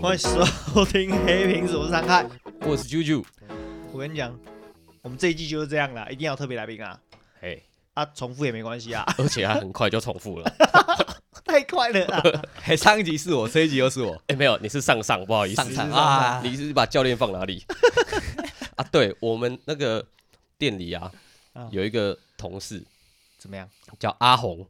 欢迎收听《黑屏什么伤害》。我是啾啾，我跟你讲，我们这一季就是这样啦，一定要有特别来宾啊！嘿，啊，重复也没关系啊， 而且他很快就重复了。太快了啦！ 嘿，上一集是我，这一集又是我。哎、没有，你是上上，不好意思，上上啊啊，你是把教练放哪 里？啊，对我们那个店里啊啊，有一个同事怎么样？叫阿红，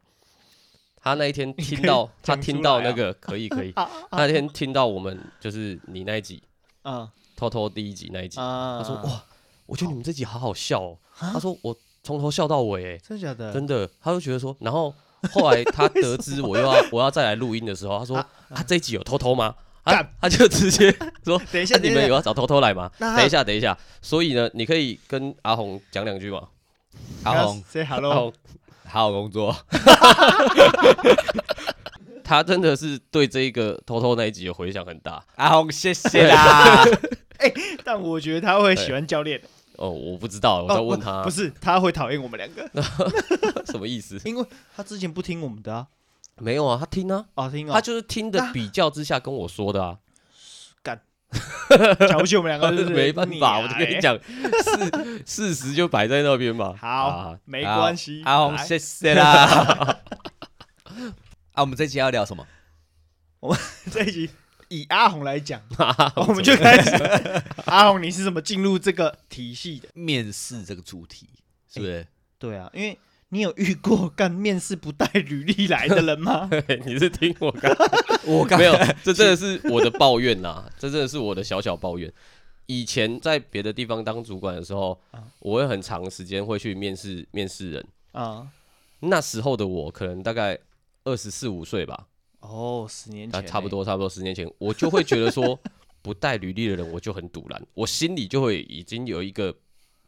他那一天听 到你可以讲出来啊他听到那个可以可以，啊他那天听到我们就是你那一集啊偷偷第一集那一集，啊！他说哇，我觉得你们这集好好笑哦，啊他说我从头笑到尾，哎，真的假的？真的，他就觉得说，然后后来他得 知我又要我要再来录音的时候，他说啊啊这一集有偷偷吗？他干他就 直接说，等一下，那你等们一有下要找偷偷来吗？那他等一下，等一下，所以呢，你可以跟阿红讲两句吗？阿红， ，say 阿 hello，红，好好工作。 他真的是对这一个偷偷那一集的回响很大阿红，谢谢啦。但我觉得他会喜欢教练。哦，我不知道，我在问他、哦不不是他会讨厌我们两 个，？什么意思因为他之前不听我们的 啊，没有啊，他听啊，哦，听他啊，就是听的比较之下跟我说的啊，瞧不起我们 两个，是不是没办法，啊我就跟你欸讲，事 事实就摆在那边嘛。 好啊，没关系，阿红，来谢谢啦。 啊，我们这集要聊什么？这一集以阿红来 讲，我们就开始。 阿红，你是怎么进入这个体系的？面试这个主题是不是？对啊，因为你有遇过干面试不带履历来的人 吗？你是听我 刚我 刚没有，这真的是我的抱怨呐、这真的是我的小小抱怨。以前在别的地方当主管的时候，我会很长时间会去面试面试人。啊，那时候的我可能大概二十四五岁吧，哦，十年啊，前差不，多差不多十年前，我就会觉得说不带履历的人我就很堵然，我心里就会已经有一个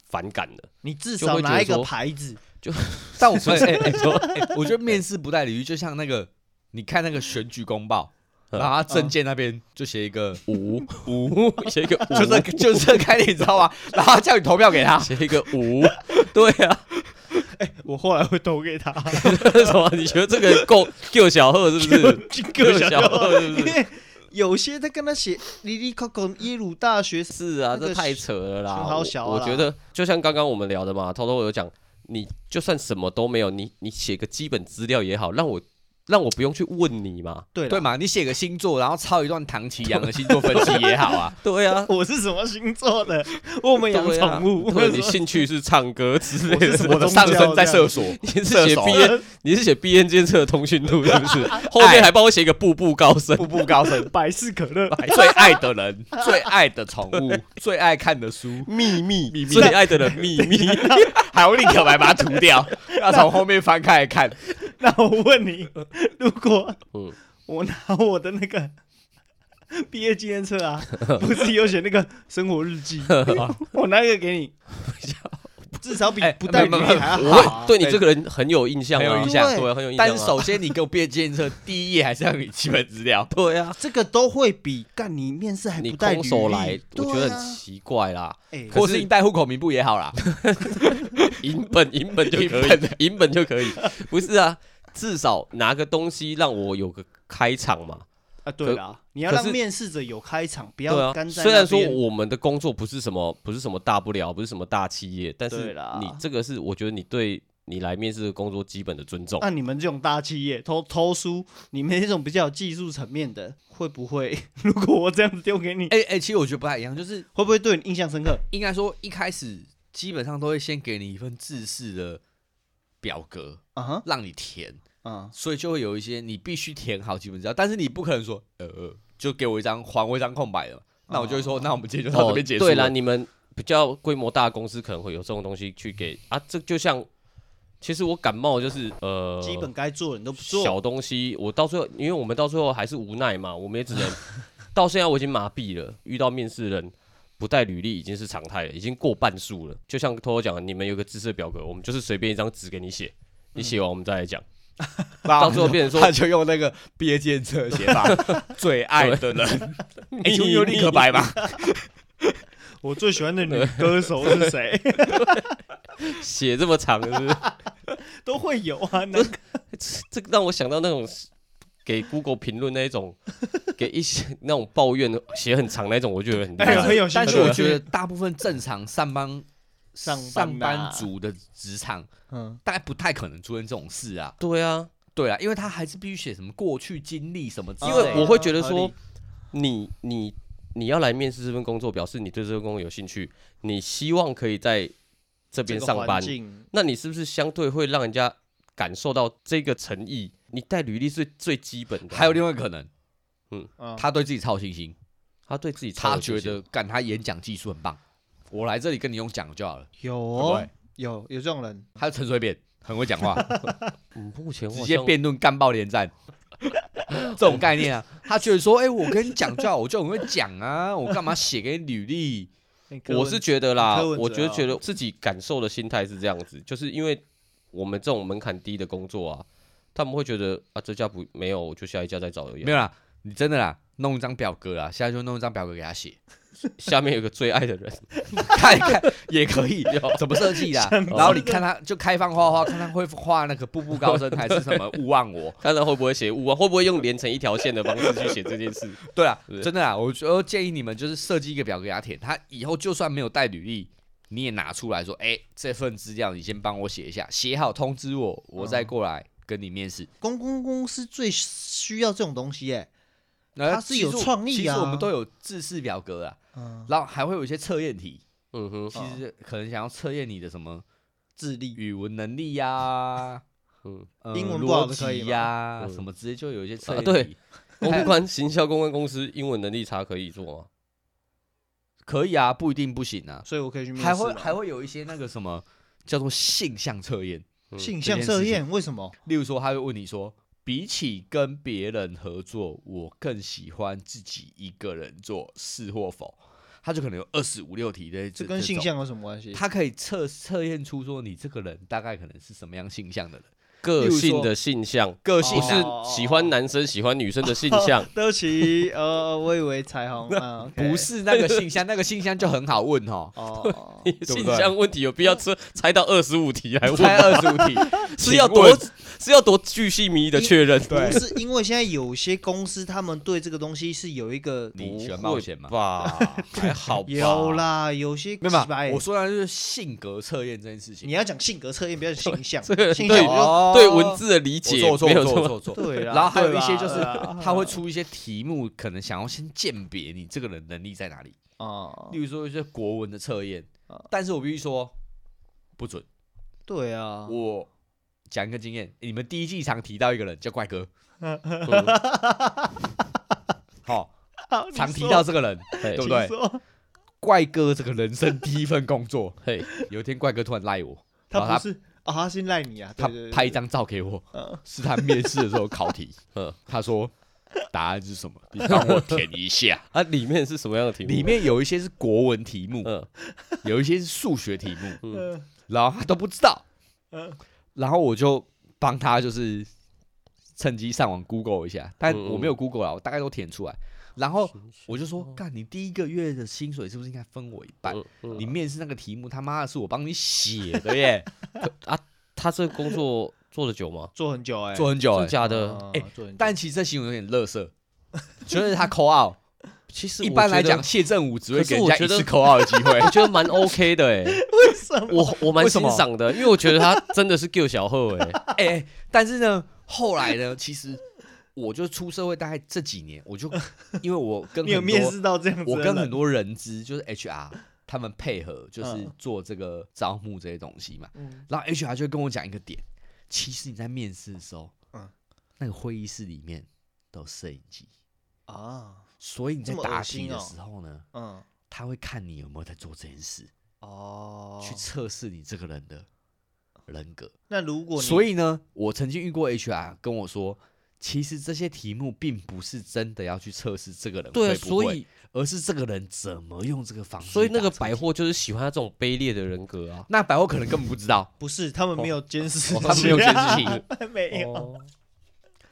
反感 了。你至就少会觉得拿一个说牌子， 但我说，哎哎，说， 哎我觉得面试不带理由，就像那个，你看那个选举公报，然后他证件那边就写一个五五写一个五，就这个就这个概念，你知道吗？然后他叫你投票给他，写一个五，对啊，我后来会投给 他， 什么？你觉得这个够够小贺是不是？各小贺是不因是？为有些在跟他写里里口口耶鲁大学生是啊，那个这太扯了啦！熊好小啊我我啦觉得就像刚刚我们聊的嘛，偷偷有讲，你就算什么都没有，你你写个基本资料也好，让我让我不用去问你嘛。对对了，嘛？你写个星座，然后抄一段唐奇阳的星座分析也好啊。对啊，我是什么星座的？ 我们养对啊宠物，我对们你说兴趣是唱歌之类我是什的。么我的上升在射手，你是写射手 B N，你是写 B N 监测通讯 录是不是？后面还帮我写一个步步高升，步步高升，百事可乐，最爱的人，最爱的宠物，最爱看的书，秘密秘密最爱的人秘 密。 啊还要立刻把它涂掉， 要从后面翻开来看。 那我问 你，如果嗯我拿我的那 个毕业纪念册啊，不是有写那个生活日 记，啊我拿一个给你，至少比哎不带履没历没还要没我好啊。会对你这个人很有印象啊，很有印象对，很有印象啊。但是首 先你给我毕业纪念册，第一页还是要有你基本资料。对啊，这个都会比干你面试还你不带履空历，手来，我觉对得啊很奇怪啦。哎可或是是你带户口名簿也 好啦，啊银本银本就可银 以，银本就可以，不是啊，至少拿个东西让我有个开场嘛。啊，对啦，你要可让是面试者有开场，不对要啊干，在虽然那说边我们的工作不是什么不是什么大不了，不是什么大企业，但对是啦你这个是我觉得你对你来面试的工作基本的尊重。啊那你们这种大企业偷偷书，你们这种比较有技术层面的，会不会 如果我这样子丢给你，哎哎，其实我觉得不太一样，就是会不会对你印象深刻？应该说一开始基本上都会先给你一份制式的表格啊哈，让你填，啊，所以就会有一些你必须填好基本资料，但是你不可能说呃呃，就给我一张还我一张空白的，那我就会说，那我们今天就到这边结束了。哦对 啦，你们比较规模大的公司可能会有这种东西去给啊，这就像其实我感冒就是呃，基本该做的你都不做，小东西，我到最后，因为我们到最后还是无奈嘛，我们也只能 到现在我已经麻痹了，遇到面试人不带履历已经是常态了，已经过半数了。就像偷偷讲的，你们有个知识表格，我们就是随便一张纸给你写，你写完我们再来讲。到最后变成说他就用那个毕业纪念册写 法，最 爱的 人，哎，你你有立刻白吧？我最喜欢的女歌手是谁？ 写这么长，是不是？都会有啊，那这个让我想到那种给 Google 评论那一 种，给一些那种抱怨写很长那种，我觉得很厉哎害呀很有兴但是趣我觉得大部分正常上班上上班班啊族的职场，嗯，大概不太可能出现这种事啊。对啊，对啊，因为他还是必须写什么过去经历什么之类因的，为我会觉得合说理，你你你要来面试这份工作，表示你对这份工作有兴趣，你希望可以在这边上班，那你是不是相对会让人家感受到这个诚意？你带履历是最基本的啊、还有另外一个可能，他他对自己超有信心，他对自己超他有信觉心得干他演讲技术很棒，我来这里跟你用讲就好了。有会哦不会有有这种人，还有陈水扁很会讲话，嗯目前我直好接像辩论干爆连战。 这种概念啊，他觉得说，哎、我跟你讲就好，我就很会讲啊，我干嘛写给你履历？那柯文我是觉得啦，柯文哲我觉得啊觉得自己感受的心态是这样子，就是因为我们这种门槛低的工作啊，他们会觉得啊这家不没有，我就下一家再找而已啊。没有啦，你真的啦，弄一张表格啊，现在就弄一张表格给他写， 下面有个最爱的人，看一看也可以，怎么设计的啊？想然后你看他就开放画画，看他会画那个步步高升还是什么勿忘我。看他会不会写误啊，会不会用连成一条线的方式去写这件事？对啊是，真的啊，我就建议你们就是设计一个表格给他填，他以后就算没有带履历，你也拿出来说，哎、这份资料你先帮我写一下，写好通知我，我再过来跟你面试。公公公司最需要这种东西哎，那他是有其实创意啊其实我们都有制式表格啊，嗯，然后还会有一些测验题，嗯哼，其哦实可能想要测验你的什么智力语文能力呀、 嗯，呃英文不好逻的可以辑吗呀、嗯什么之类，就有一些测啊验题、对公关行销公关公司英文能力差可以做吗？可以啊，不一定不行啊，所以我可以去面试还会嘛还会有一些那个什么叫做性向测验。嗯性向测验，为什么？例如说，他会问你说，比起跟别人合作，我更喜欢自己一个人做，是或否？他就可能有二十五六题的这这跟这性种，向有什么关系？他可以测测验出说你这个人大概可能是什么样性向的人，个性的性向，个性不啊。是喜欢男生喜欢女生的性向对不起，呃，我以为彩 虹，嗯，OK，不是那个性 向，那个性向就很好问哦。 哦，对啊性不对向问题有必要猜猜到二十五题哎来问吗？猜二十 五题是要多是要多巨细靡遗的确认，对不是因为现在有些公司他们对这个东西是有一个你喜欢冒险 吗？吧，还好吧，有，啦，有些没有几嘛百，我说的就是性格测验这件事情。你要讲性格测验，不要讲形 象，这个性 对向我哦对文字的理解我错没我有错这我么错我错就 对啦，然后还有一些对啦就是对啦他会出一些题目，可能想要先鉴别你这个人能力在哪里。哦例，如说一些国文的测验啊，但是我必须说不准。对 啊，我讲一个经验，你们第一季常提到一个人叫 怪哥，嗯好，好常提到，这个人，嘿对不哦你说你对？说怪哥这个人生第一份工 作，嘿，有一天怪哥突然赖我，然后他他不是啊，他先赖你啊，对他对对拍一张照给我，嗯是他面试的时候 考题，嗯他说答案是什么？你帮我填 一下。啊，里面是什么样的题目？里面有一些是国文题目，嗯，有一些是数学题目，嗯嗯然后他都不知道，嗯然后我就帮他就是趁机上网 Google 一下，但嗯嗯哦我没有 Google 啊，我大概都填出来。然后我就说，干，你第一个月的薪水是不是应该分我一半？嗯嗯你面试那个题目，他妈的是我帮你写 的耶，他这个工作做的久吗？做很久哎，做很久真哎、的假的？嗯哎做很久但其实这行为有点 乐色，就是他扣 out。其实一我般来觉得讲，，谢振武只会可是给人我家觉一得次扣 out 的机 会。我觉得蛮 OK 的 哎，为什么？我我蛮为什欣么赏的，因为我觉得他真的是 Q 小贺 哎， 哎、哎但是呢，后来呢，其实我就出社会大概这几年，我就因为我跟你有很面多试到这样子 的我人？跟很多人资就是 HR 他们配合，就是嗯做这个招募这些东西嘛。嗯然后 HR 就会跟我讲一个点，其实你在面试的时候，嗯那个会议室里面都有摄影机，啊，所以你在这么答恶题心的哦时候呢，嗯他会看你有没有在做这件事，哦，去测试你这个人的人格。那如果你，所以呢，我曾经遇过 HR 跟我说，其实这些题目并不是真的要去测试这个人对啊，会不会所以而是这个人怎么用这个方式。所以那个百，货就是喜欢他这种卑劣的人格啊。那百货可能根本不知道不是他们没有监视器，哦他们没有监视器，器， 哎没有。哦，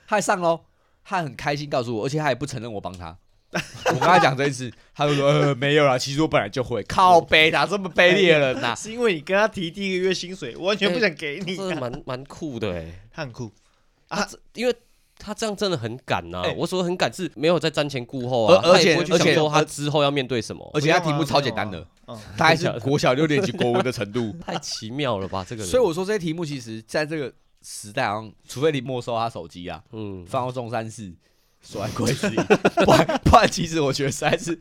他还上喽，他很开心告诉我，而且他也不承认我帮他。我跟他讲这件事，他就说呃没有啦，其实我本来就会。靠背哪这么卑劣了呐？是因为你跟他提第一个月薪水，我完全不想给你、哎这蛮蛮酷的哎，他很酷，他这因为。他这样真的很敢呐、哎我所谓很敢是没有在瞻前顾后啊，而而且他也不会而去想且说他之后要面对什么，而且他题目超简单的，嗯，大概是国小六年级国文的程度。太奇妙了吧这个人。所以我说这些题目其实在这个时代，好像除非你没收他手机啊，嗯，放到中山市锁在柜子里，不然不然其实我觉得实在是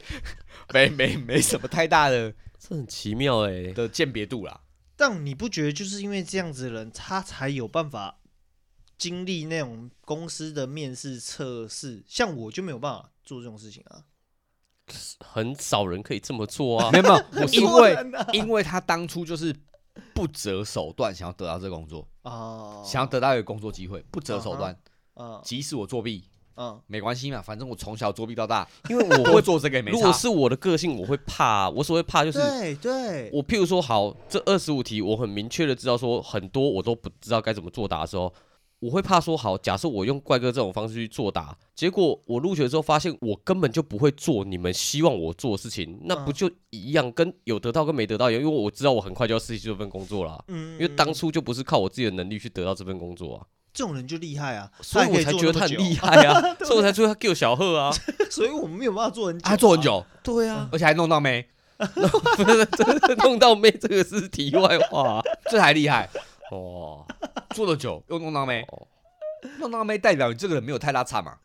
没没没什么太大的这很奇妙哎、的鉴别度啦。但你不觉得就是因为这样子的人，他才有办法经历那种公司的面试测试？像我就没有办法做这种事情啊。很少人可以这么做啊没。有没有，我很因多 为人啊因为他当初就是不择手段想要得到这个工作，哦，想要得到一个工作机会，不择手啊段，嗯即使我作弊嗯，没关系嘛，反正我从小作弊到大， 因为我我会会，做这个也没如果差。是我的个性，我会怕啊、我所谓怕就是，对对，我譬如说，好，这二十五题，我很明确的知道说，很多我都不知道该怎么作答的时候，我会怕说，好，假设我用怪哥这种方式去作答，结果我入学之后发现我根本就不会做你们希望我做的事情，那不嗯就一样，跟有得到跟没得到一样？因为我知道我很快就要失去这份工作啦。嗯，因为当初就不是靠我自己的能力去得到这份工作啊，这种人就厉害啊，所以他我还可才做觉得那 他么很久厉，害啊，所以我才说他救小贺啊，所以我们没有办法做很久，他做很，久，对啊，而且还弄 到没，不是这这弄到妹这个是题外话啊这还厉害，哦，做的久又弄到没哦，弄到没代表你这个人没有太大差嘛。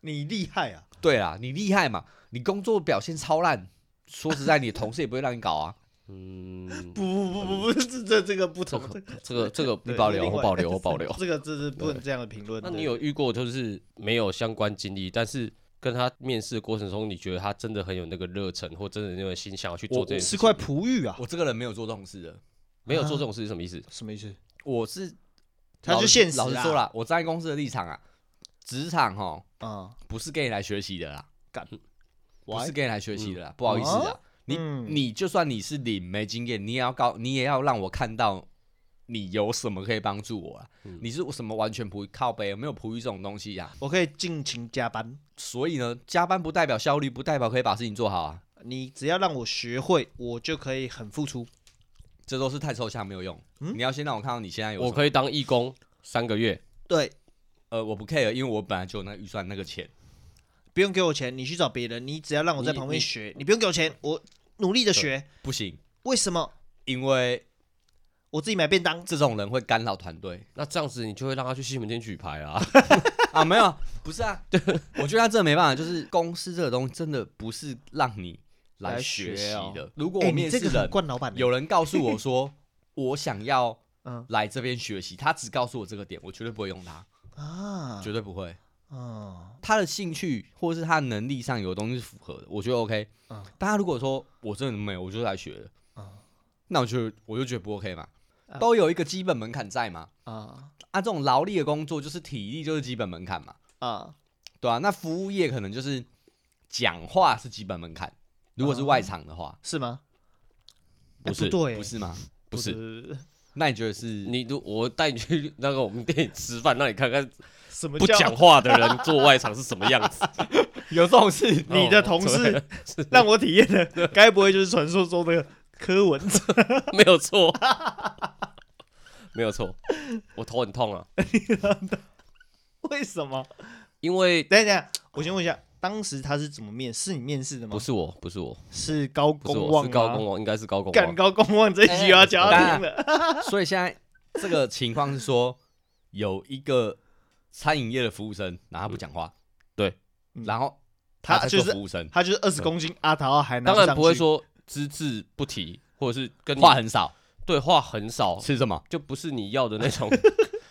你厉害啊，对啦，你厉害嘛，你工作表现超烂，说实在，你的同事也不会让你搞啊。嗯，不不不不不，这这这个不这同，个这个这个不对保留，另外我保留，我保留。这个这是不能这样的评论。那你对有遇过就是没有相关经历，但是跟他面试的过程中，你觉得他真的很有那个热忱，或真的那个心想要去做这件吃事？块璞玉啊？我这个人没有做这种事的，没有做这种事是什么意思？什么意思？我是他老就实现实啊老实啦说啦，我站在公司的立场啊，职场哈啊，不是跟你来学习的啦，干不是 Why？跟你来学习的啦，不好意思啊，你嗯你就算你是零没经验，你也要告你也要让我看到你有什么可以帮助我啦。啊嗯你是什么完全不靠背，没有璞玉这种东西呀、我可以尽情加班，所以呢，加班不代表效率，不代表可以把事情做好啊，你只要让我学会，我就可以很付出。这都是太抽象没有用。嗯你要先让我看到你现在有什我么可以当义工三个月，对，呃，我不 care，因为我本来就有那个预算那个钱。不用给我钱，你去找别人，你只要让我在你旁边你学，你不用给我钱，我努力的学。不行，为什么？因为我自己买便当，这种人会干扰 团队那这样子你就会让他去西门町举牌啊。啊。没有，不是啊，我觉得他真的没办法，就是公司这个东西真的不是让你来来学习学哦的。如果哎、我你面试这个很人，惯老板、欸，有人告诉我说我想要嗯来这边学习，他只告诉我这个点，我绝对不会用他，啊，绝对不会。嗯他的兴趣或者是他的能力上有东西是符合的，我觉得 OK。嗯但他如果说我真的没有，我就来学了，嗯那我就我就觉得不 OK 嘛啊，都有一个基本门槛在嘛。啊啊，这种劳力的工作就是体力就是基本门槛嘛，啊，对啊，那服务业可能就是讲话是基本门槛，如果是外场的话，是吗？不哎是对，嗯不是吗？不是是那你觉得是？你如我带你去那个我们店里吃饭，让你看看什么不叫讲哦话的人做外场是什么样子。 有这种事？你的同 事让我体验的，该不会就是传说中的柯文哲？没有错，没有错，我头很痛啊，为什么？因 为等一下，我先问一下，当时他是怎么面？是你面试的吗？不，是我，不是我，是高不是公我望是吗，高公望，哎应该是高公干望，高公望这一集又要教他听了。 所以现在这个情况是说，有一个餐饮业的服务生，然后他不讲话，对嗯然后他在做就是服务生，他就是二十公斤阿桃还拿嗯当上然不会去，说只字不提，或者是跟你话很少，对话很少，吃什么？就不是你要的那 种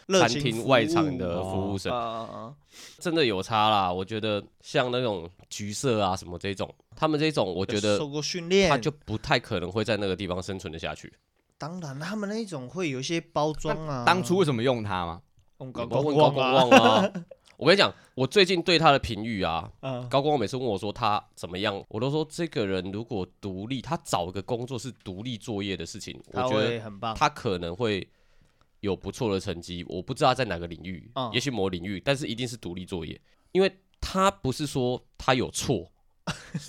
热餐情服厅务外场的哦服务生啊，啊啊真的有差啦。我觉得像那种橘色啊什么这种，他们这种我觉受得过训练，他就不太可能会在那个地方生存的下去。当然他们那一种会有一些包装啊。当初为什么用他吗？我们我高公问高望公啊， 望啊，我跟你讲，我最近对他的评语啊，嗯，高光每次问我说他怎么样，我都说这个人如果独立，他找个工作是独立作业的事情，我他觉得会很棒，他可能会有不错的成绩。我不知道他在哪个领域，嗯也许某领域，但是一定是独立作业，因为他不是说他 有错，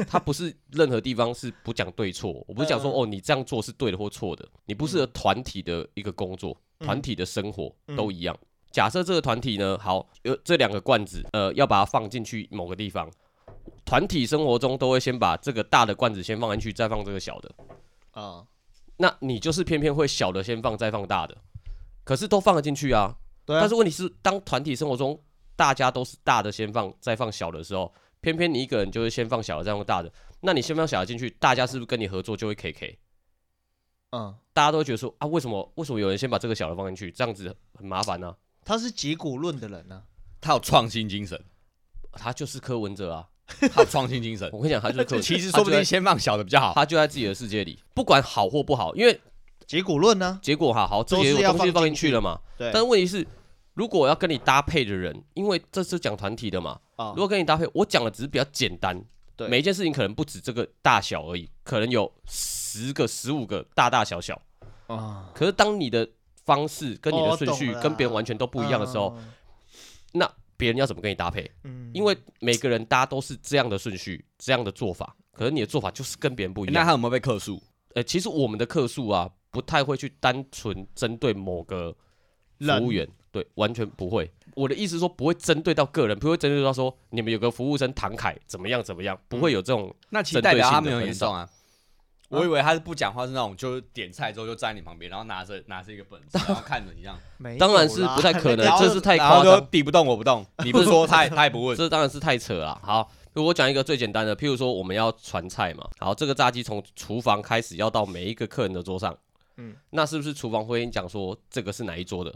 他不是任何地方是不讲对错。我不是讲说、嗯哦，你这样做是对的或错的，你不适合团体的一个工作，嗯团体的生活、嗯都一样。假设这个团体呢，好，呃，这两个罐子，呃，要把它放进去某个地方。团体生活中都会先把这个大的罐子先放进去，再放这个小的。啊，那你就是偏偏会小的先放，再放大的，可是都放得进去啊。对啊但是问题是，当团体生活中大家都是大的先放，再放小的时候，偏偏你一个人就是先放小的，再放大的。那你先放小的进去，大家是不是跟你合作就会 K K？嗯，大家都会觉得说啊，为什么为什么有人先把这个小的放进去，这样子很麻烦啊呢、他是结果论的人啊呢，他有创新精神，他就是柯文哲啊！他有创新精神。我跟你讲，他就是柯文哲。 其实说不定先放小的比较好。他就在自己的世界里，不管好或不好，因为结果论啊呢，结果哈好，这都些是要东西放放进进去了嘛。对，但问题是，如果要跟你搭配的人，因为这是讲团体的嘛，啊如，果跟你搭配，我讲的只是比较简单，对每一件事情可能不止这个大小而已，可能有十个、十五个大大小小。啊，可是当你的方式跟你哦的我顺懂序了啦跟别人完全都不一样的时候，嗯，那别人要怎么跟你搭配？嗯因为每个人大家都是这样的顺序、这样的做法，可是你的做法就是跟别人不一那样。他有没有被克数？呃，其实我们的客诉啊，不太会去单纯针对某个人服务员，对，完全不会。我的意思是说，不会针对到个人，不会针对到说你们有个服务生唐凯怎么样怎么样，不会有这种。那其实针代对表性他的没有很严少重啊。我以为他是不讲话，是那种就是点菜之后就站你旁边，然后拿着拿着一个 本子，然后看着你这样，嗯没当然有是啦不太 可能然后这是太然后夸张就敌不动我不 动，你不说他也他也 不问。这当然是太扯了。好，我讲一个最简单的，譬如说我们要传菜嘛，好，这个炸鸡从厨房开始要到每一个客人的桌上，嗯嗯，那是不是厨房会跟你讲说这个是哪一桌的，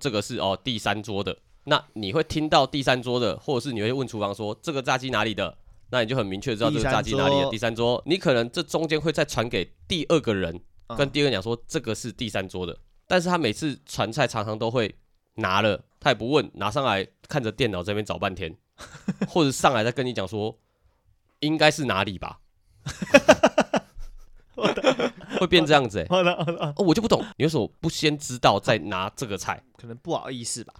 这个是哦第三桌的？那你会听到第三桌的，或者是你会问厨房说这个炸鸡哪里的？那你就很明确知道这个炸鸡哪里第三桌的第三桌，你可能这中间会再传给第二个人，嗯跟第二个人讲说这个是第三桌的，但是他每次传菜常常都会拿了，他也不问，拿上来看着电脑这边找半天， 或者上来再跟你讲说应该是哪里吧，会变这样子哎、好了好了，哦，我就不懂，你为什么不先知道再拿这个菜？可能不好意思吧，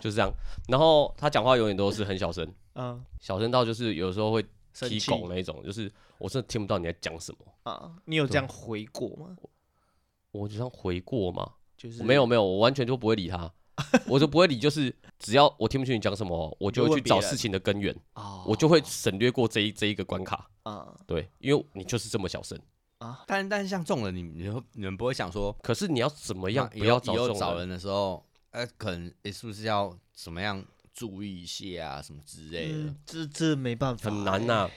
就是这样。然后他讲话永远都是很小声，嗯，小声到就是有时候会生提气拱那一种，就是我真的听不到你在讲什么。啊，你有这样回过吗？我就像回过嘛，就是我没有没有，我完全就不会理他，我就不会理，就是只要我听不清你讲什么，我就就会问去找别人事情的根源，啊，我就会省略过这一这一个关卡。啊对，因为你就是这么小声，啊，但但是像这种人，你你会你们不会想说，哎可是你要怎么不样不要找这种找人？人的时候，呃，可能诶是不是要怎么样注意一下啊，什么之类的嗯。这这没办法，哎很难呐、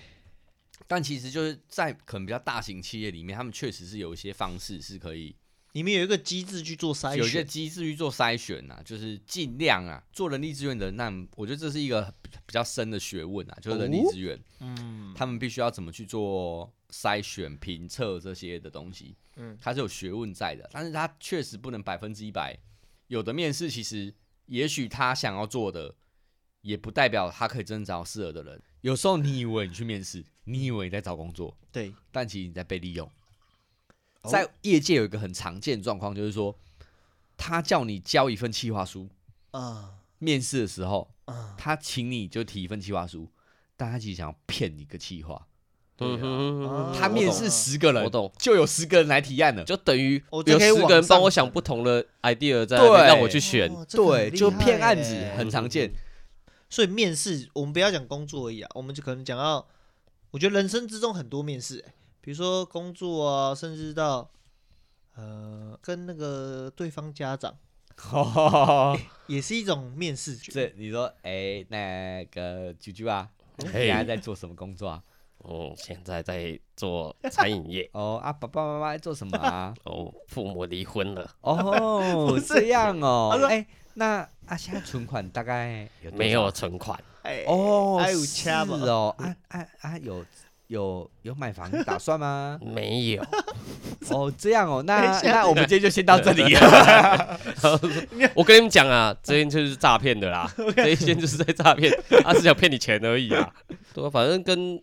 但其实就是在可能比较大型企业里面，他们确实是有一些方式是可以你们有一个机制去做筛选，有一些机制去做筛选啊，就是尽量啊做人力资源的人。那我觉得这是一个比比较深的学问啊，就是人力资源，哦嗯，他们必须要怎么去做筛选、评测这些的东西，嗯它是有学问在的，但是它确实不能百分之一百。有的面试其实，也许他想要做的，也不代表他可以真的找到适合的人。有时候你以为你去面试，你以为你在找工作，对，但其实你在被利用。哦在业界有一个很常见的状况，就是说，他叫你交一份企划书，啊面试的时候，啊，他请你就提一份企划书，但他其实想要骗你一个企划。嗯哼啊他面试十个人，我懂就有十个人来提案了。就等于哦这有可以十个人帮我往上想不同的 idea 在那对边让我去选。哦这个很对，就厉害骗案子欸很常见。所以面试，我们不要讲工作而已啊，我们就可能讲到，我觉得人生之中很多面试、欸，比如说工作啊，甚至到呃跟那个对方家长也是一种面试。 这你说，哎，那个啾啾啊，你嘿现在在做什么工作啊？。嗯，现在在做餐饮业 哦啊，爸爸妈妈在做什么啊？哦，父母离婚了，哦，是这样他哦说，哎，那啊，现在存款大概有多少没有存款，？哎、哦，哎有是掐吧哦，啊啊啊，有有有买房打算吗没有。哦，这样哦，等那一下那我们今天就先到这里了。我跟你们讲啊，这一就是诈骗的啦，这一间就是在诈骗， 他是想骗你钱而已啊。对啊，反正跟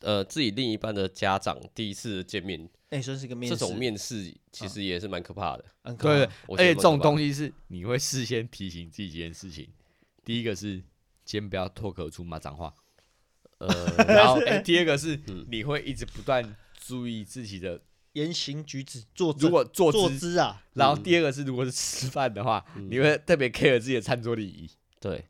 呃自己另一半的家长第一次见面，哎，算是个面这试，种面试其实也是蛮可怕的。很可 对怕，，我而觉得且这种蛮可怕的东西是你会事先提醒自己几件事情，第一个是先不要脱口而出骂脏话，呃，然后哎、第二个是你会一直不断注意自己的，言行举止坐如果坐坐姿，姿啊，然后第二个是如果是吃饭的话，你会特别 care 自己的餐桌礼仪。对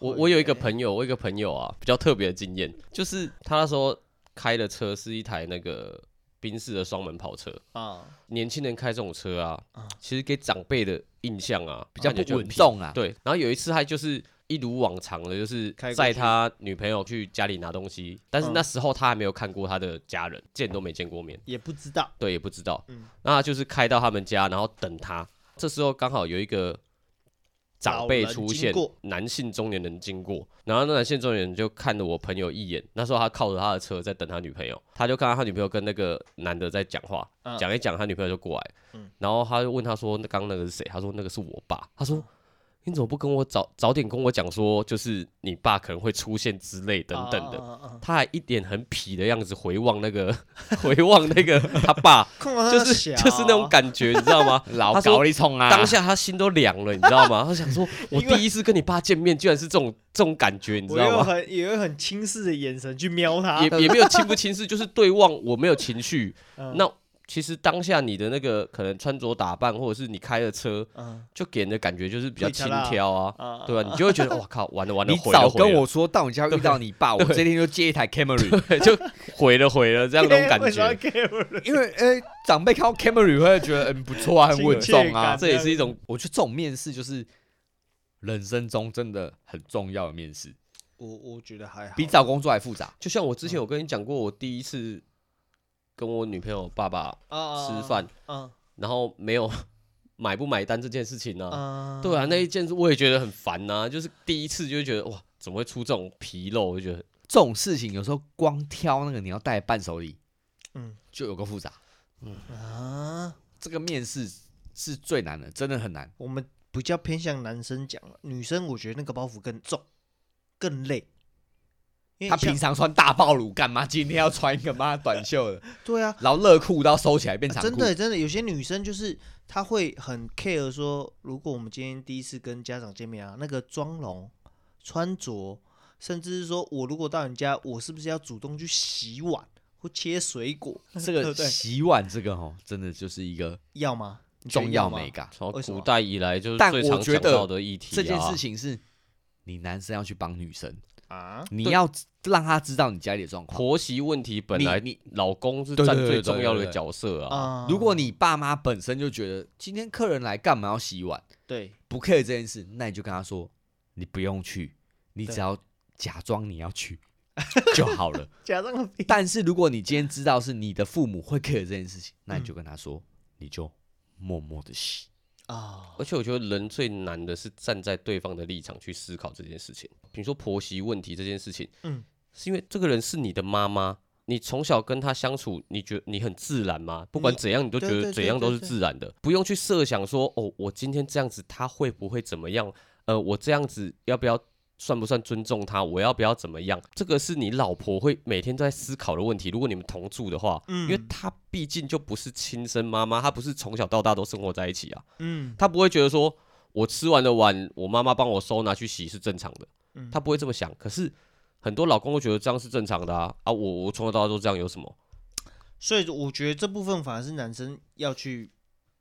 我我有一个朋友，我有一个朋友啊，比较特别的经验，就是他那时候开的车是一台那个宾士的双门跑车，啊，年轻人开这种车啊啊，其实给长辈的印象啊比较感觉不就很稳屁重啊。对，然后有一次他就是一如往常的，就是开过载去他女朋友去家里拿东西，但嗯是那时候他还没有看过他的家人，见都没见过面，也不知道，对，也不知道。嗯那他就是开到他们家，然后等他。这时候刚好有一个长老辈人出经现过，男性中年人经过，然后那男性中年人就看了我朋友一眼。那时候他靠着他的车在等他女朋友，他就看到他女朋友跟那个男的在讲话，嗯讲一讲，他女朋友就过来，嗯然后他就问他说：“那刚刚那个是谁？”他说：“那个是我爸。”他嗯说。你怎么不跟我早早点跟我讲说，就是你爸可能会出现之类等等的？啊， 啊啊啊他还一脸很痞的样子回望那个 回望那个他爸，看我就那是小就是那种感觉，你知道吗？老他说搞一冲啊！当下他心都凉了，你知道吗？他想说，我因为第一次跟你爸见面，居然是这种这种感觉，你知我道用吗？很也用很轻视的眼神去瞄他，也也没有亲不亲视，就是对望，我没有情绪。嗯那其实当下你的那个可能穿着打扮，或者是你开的车，嗯就给人的感觉就是比较对轻假啦佻啊，啊 对吧？你就会觉得哇靠，完了完了，你毁了早毁跟了我说到你家遇到你爸，我这天就借一台 Camry，对就毁了毁了这样那种感为什么要觉，给我的因为呃长辈看到 Camry 会觉得嗯不错啊，很稳重亲切感啊。这也是一种我觉得这种面试就是人生中真的很重要的面试， 我我觉得还好，比找工作还复杂。就像我嗯之前有跟你讲过，我第一次跟我女朋友爸爸啊哦吃饭，，嗯然后没有买不买单这件事情呢、嗯，对啊，那一件事我也觉得很烦呐、就是第一次就会觉得哇，怎么会出这种纰漏？我就觉得这种事情有时候光挑那个你要带的伴手礼，嗯就有个复杂。啊，这个面试是最难的，真的很难。我们比较偏向男生讲了，女生我觉得那个包袱更重，更累。因为他你像平常穿大暴露干嘛？今天要穿一个妈短袖的，对啊，然后热裤都要收起来变长裤。真的真的，有些女生就是她会很 care 说，如果我们今天第一次跟家长见面啊，那个妆容、穿着，甚至是说我如果到你家，我是不是要主动去洗碗或切水果？ 这对个不对洗碗这个哦，真的就是一个要吗？你觉得重要吗美感。从为什古么代以来就是但最我常觉讲得到的议题、啊。这件事情是，你男生要去帮女生，啊？你要让他知道你家里的状况。婆媳问题本来你你老公是对对占对最对重对要的对一个角色啊，啊如果你爸妈本身就觉得今天客人来干嘛要洗碗，对不 care 这件事，那你就跟他说，你不用去，你对只要假装你要去 就好了。假装个屁，但是如果你今天知道是你的父母会 care 这件事情，那你就跟他说，你就默默的洗。啊而且我觉得人最难的是站在对方的立场去思考这件事情。比如说婆媳问题这件事情，嗯是因为这个人是你的妈妈，你从小跟她相处，你觉你很自然吗？不管你怎样，你都觉对得对怎对样对都是对自然的，不用去设想说哦，我今天这样子，他会不会怎么样？呃，我这样子要不要？算不算尊重他？我要不要怎么样？这个是你老婆会每天都在思考的问题。如果你们同住的话，因为嗯她毕竟就不是亲生妈妈，她不是从小到大都生活在一起啊。嗯他不会觉得说我吃完的碗，我妈妈帮我收拿去洗是正常的，嗯他不会这么想。可是很多老公会觉得这样是正常的啊啊！我我从小到大都这样，有什么？所以我觉得这部分反而是男生要去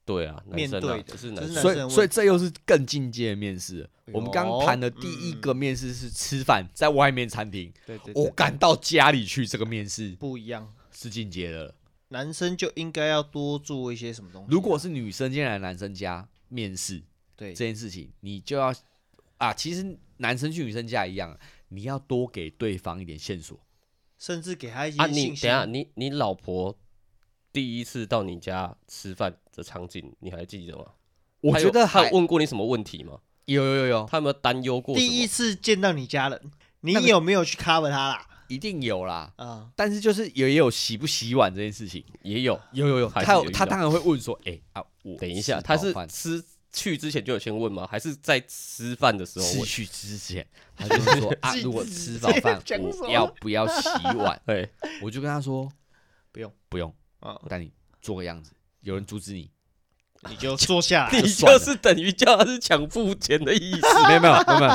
对啊，男面生啊对，的这是这男是男生所生以，的所以问这又是更进阶的面试了。哎呦我们刚刚谈的第一个面试是吃饭，在外面餐厅。对对我赶到家里去，这个面试哦不一样，是进阶的了。男生就应该要多做一些什么东西啊、如果是女生进来男生家面试对这件事情，你就要啊，其实男生去女生家一样，你要多给对方一点线索。甚至给他一些啊！你信等一心。下，你你老婆第一次到你家吃饭的场景，你还记得吗？我她有觉得她还有问过你什么问题吗？有有有有，她有没有担忧过什么？第一次见到你家人，你那个有没有去 cover 他啦？一定有啦，啊，但是就是也有洗不洗碗这件事情，也有。有有有，还是他有有遇他到当然会问说，哎啊，我等一下，吃他饱是饭吃去之前就有先问吗？还是在吃饭的时候吃问？去之前，他就会说啊，自己如果自己直吃饱接 饭讲什我么要不要洗碗？对，我就跟他说不用不用，啊，但你做个样子，有人阻止你， 你就坐下来 你算了就是等于叫他是抢付钱的意思。 没有没有没有没有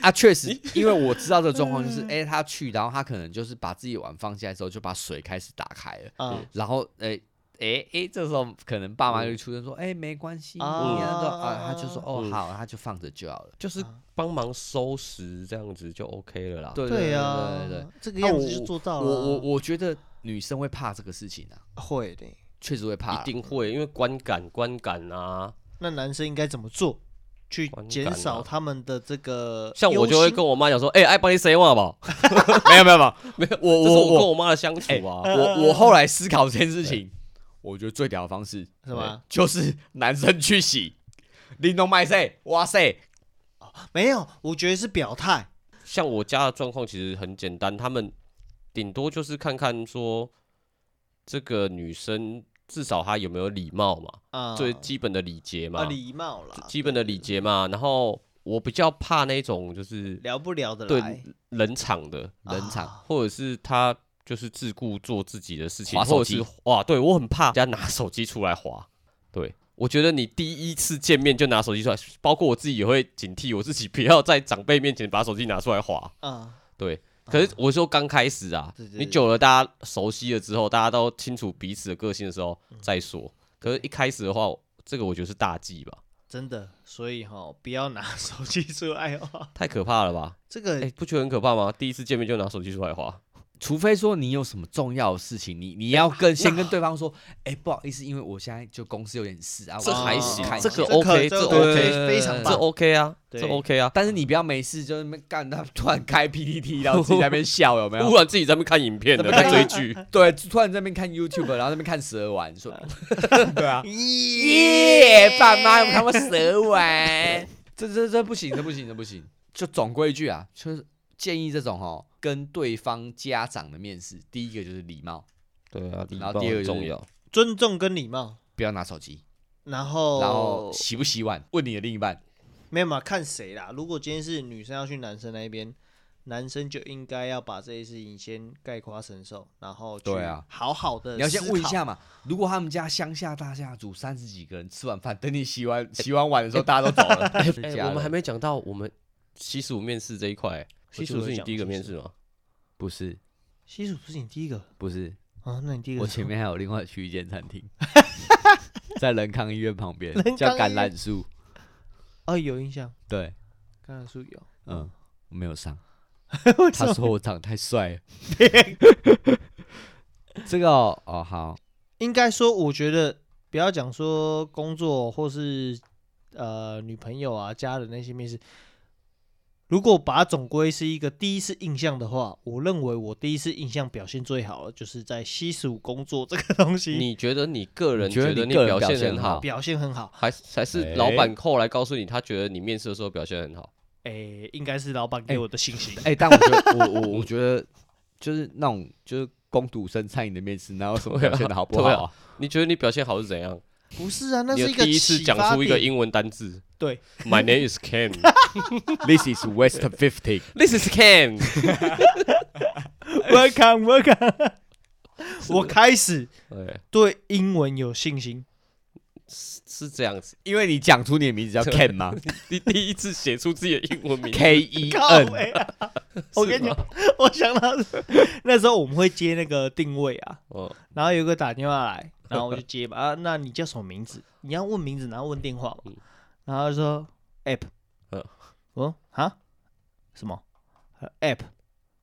啊，确实，因为我知道的状嗯况就是，哎，他去，然后他可能就是把自己碗放下来之后，就把水开始打开了，啊，然后哎哎哎，这时候可能爸妈就出声说，哎，没关系，你啊啊说啊，他就说哦嗯好，他就放着就好了，就是帮忙收拾这样子就 OK 了啦。对对呀对对呀对，，这个啊样我子就做到了啊。我我我觉得女生会怕这个事情啊，会的，确实会怕啦，一定会，因为观感观感啊，那男生应该怎么做去观感减啊少他们的这个？像我就会跟。我妈讲说，哎、爱帮你 say 话吧， 没有没有没 有，哎没有，我这是我我跟我我妈的相处啊。嗯我我后来思考这件事情，我觉得最屌的方式什么就是男生去洗，玲珑麦塞，哇塞，没有，我觉得是表态。像我家的状况其实很简单，他们顶多就是看看说这个女生至少她有没有礼貌嘛，啊，最基本的礼节嘛，啊礼貌啦，基本的礼节嘛。然后我比较怕那种就是聊不聊得对来，冷场的，冷场啊或者是她就是自顾做自己的事情，滑手或者机是哇，对我很怕人家拿手机出来滑，对。我觉得你第一次见面就拿手机出来，包括我自己也会警惕我自己，不要在长辈面前把手机拿出来滑。啊，对，可是我说刚开始啊，对对你对久了，大家熟悉了之后，大家都清楚彼此的个性的时候再说。可是，一开始的话，这个我觉得是大忌吧，真的，所以哈，不要拿手机出来哦。太可怕了吧？这 哎、个不觉得很可怕吗？第一次见面就拿手机出来划，除非说你有什么重要的事情，你你要跟先跟对方说，哎，不好意思，因为我现在就公司有点事啊，这我还先行看一下这个可 OK，这这个 OK，非常这棒。 OK 啊，对这 OK 啊。但是你不要没事就那边干，他突然开 PPT，然后自己在那边笑，有没有忽？然自己在那边看影片的，怎么在看追剧，对，突然在那边看 YouTube，然后在那边看蛇丸，说 对啊，耶耶，爸妈有看过蛇丸？这这这不行，这不行，这不行。就总归一句啊，就是建议这种哦，跟对方家长的面试，第一个就是礼貌，对啊，礼然貌后第二个很就是重要。尊重跟礼貌，不要拿手机，然后然后洗不洗碗，问你的另一半。没有嘛，看谁啦。如果今天是女生要去男生那一边，男生就应该要把这些事情先概括承受，然后去对啊好好的你要先问一下嘛，如果他们家乡下 大家族三十几个人吃完饭，等你洗完洗完碗的时候，大家都走 了。哎、家我们还人没讲到我们习俗面试这一块、欸，习我俗就是会你讲第一个习面俗试吗？不是习俗不是你第一个不是，啊？那你第一个我是什前么面还有另外去一间餐厅， 在仁康医院旁边仁康叫医橄院榄树，哦有印象，对，刚才说有，嗯，我没有上。 为什他么说我长得太帅 了。这个哦哦好，应该说，我觉得不要讲说工作或是呃女朋友啊、家人那些面试，如果把它总归是一个第一次印象的话，我认为我第一次印象表现最好了，就是在西蜀工作这个东西你觉得你个人你觉得得你你个人表表现现很很好好，表现很好。还是还是哎老板后来告诉你，他觉得你面试的时候表现很好，诶、应该是老板给我的信心。哎、但我觉得我我我觉得就是那种就是攻读生餐饮的面试，哪有什么对啊表现的好不好对啊？你觉得你表现好是怎样？不是啊，那你是一有个第一次启讲发出一个点英文单字对， ，My name is Ken, This is West Fifty， this is Ken，我扛我扛， 我开始 对，对英文有信心。是是这样子。 因为你讲出你的名字叫 Ken 吗你第一次写出自己的英文名， ？K E 靠 N，北啊！我跟你是讲，我想到是那时候我们会接那个定位啊，哦，然后有一个打电话 来，然后我就接吧。啊，那你叫什么名字？你要问名字，然后问电话嘛嗯。然后他说 app，嗯我说啊什么他说？app，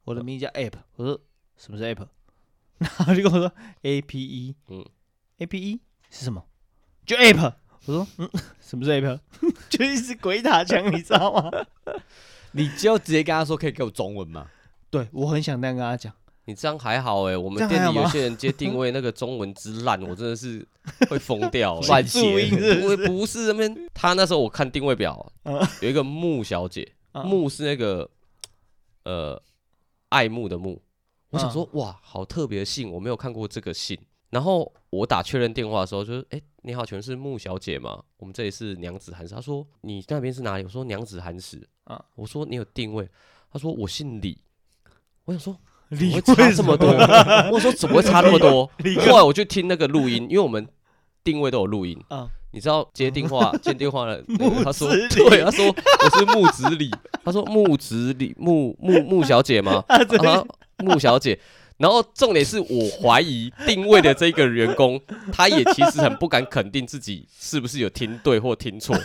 我的名字叫嗯 app。我说什么是 app？然 后就跟我说 A P E，嗯，A P E 是什么？就 app。我说嗯，什么是 app？就 一直鬼打墙，你知道 吗？你就直接跟他说可以给我中文吗？对我很想那样跟他讲。你这样还好哎，我们这样还店好里有吗些人接定位那个中文之烂，我真的是会疯掉 欸。乱注音写，是不不是不是那边，他那时候我看定位表嗯，有一个木小姐，啊木是那个呃爱慕的慕，嗯我想说，哇，好特别的信，我没有看过这个信。然后我打确认电话的时候，就是，哎、你好，请问是穆小姐吗？我们这里是娘子韩氏。她说你那边是哪里？我说娘子韩氏啊啊。我说你有定位？她说我姓李。我想说，李怎么会差这么多？ 我说怎么会差那么多？李后来我去听那个录音，因为我们定位都有录音啊嗯你知道接电话接电话的那个 木他说子李对，他说我是木子李，他说木子李木木木小 姐吗？啊这她说木小姐。然后重点是我怀疑定位的这个员工，他也其实很不敢肯定自己是不是有听对或听错，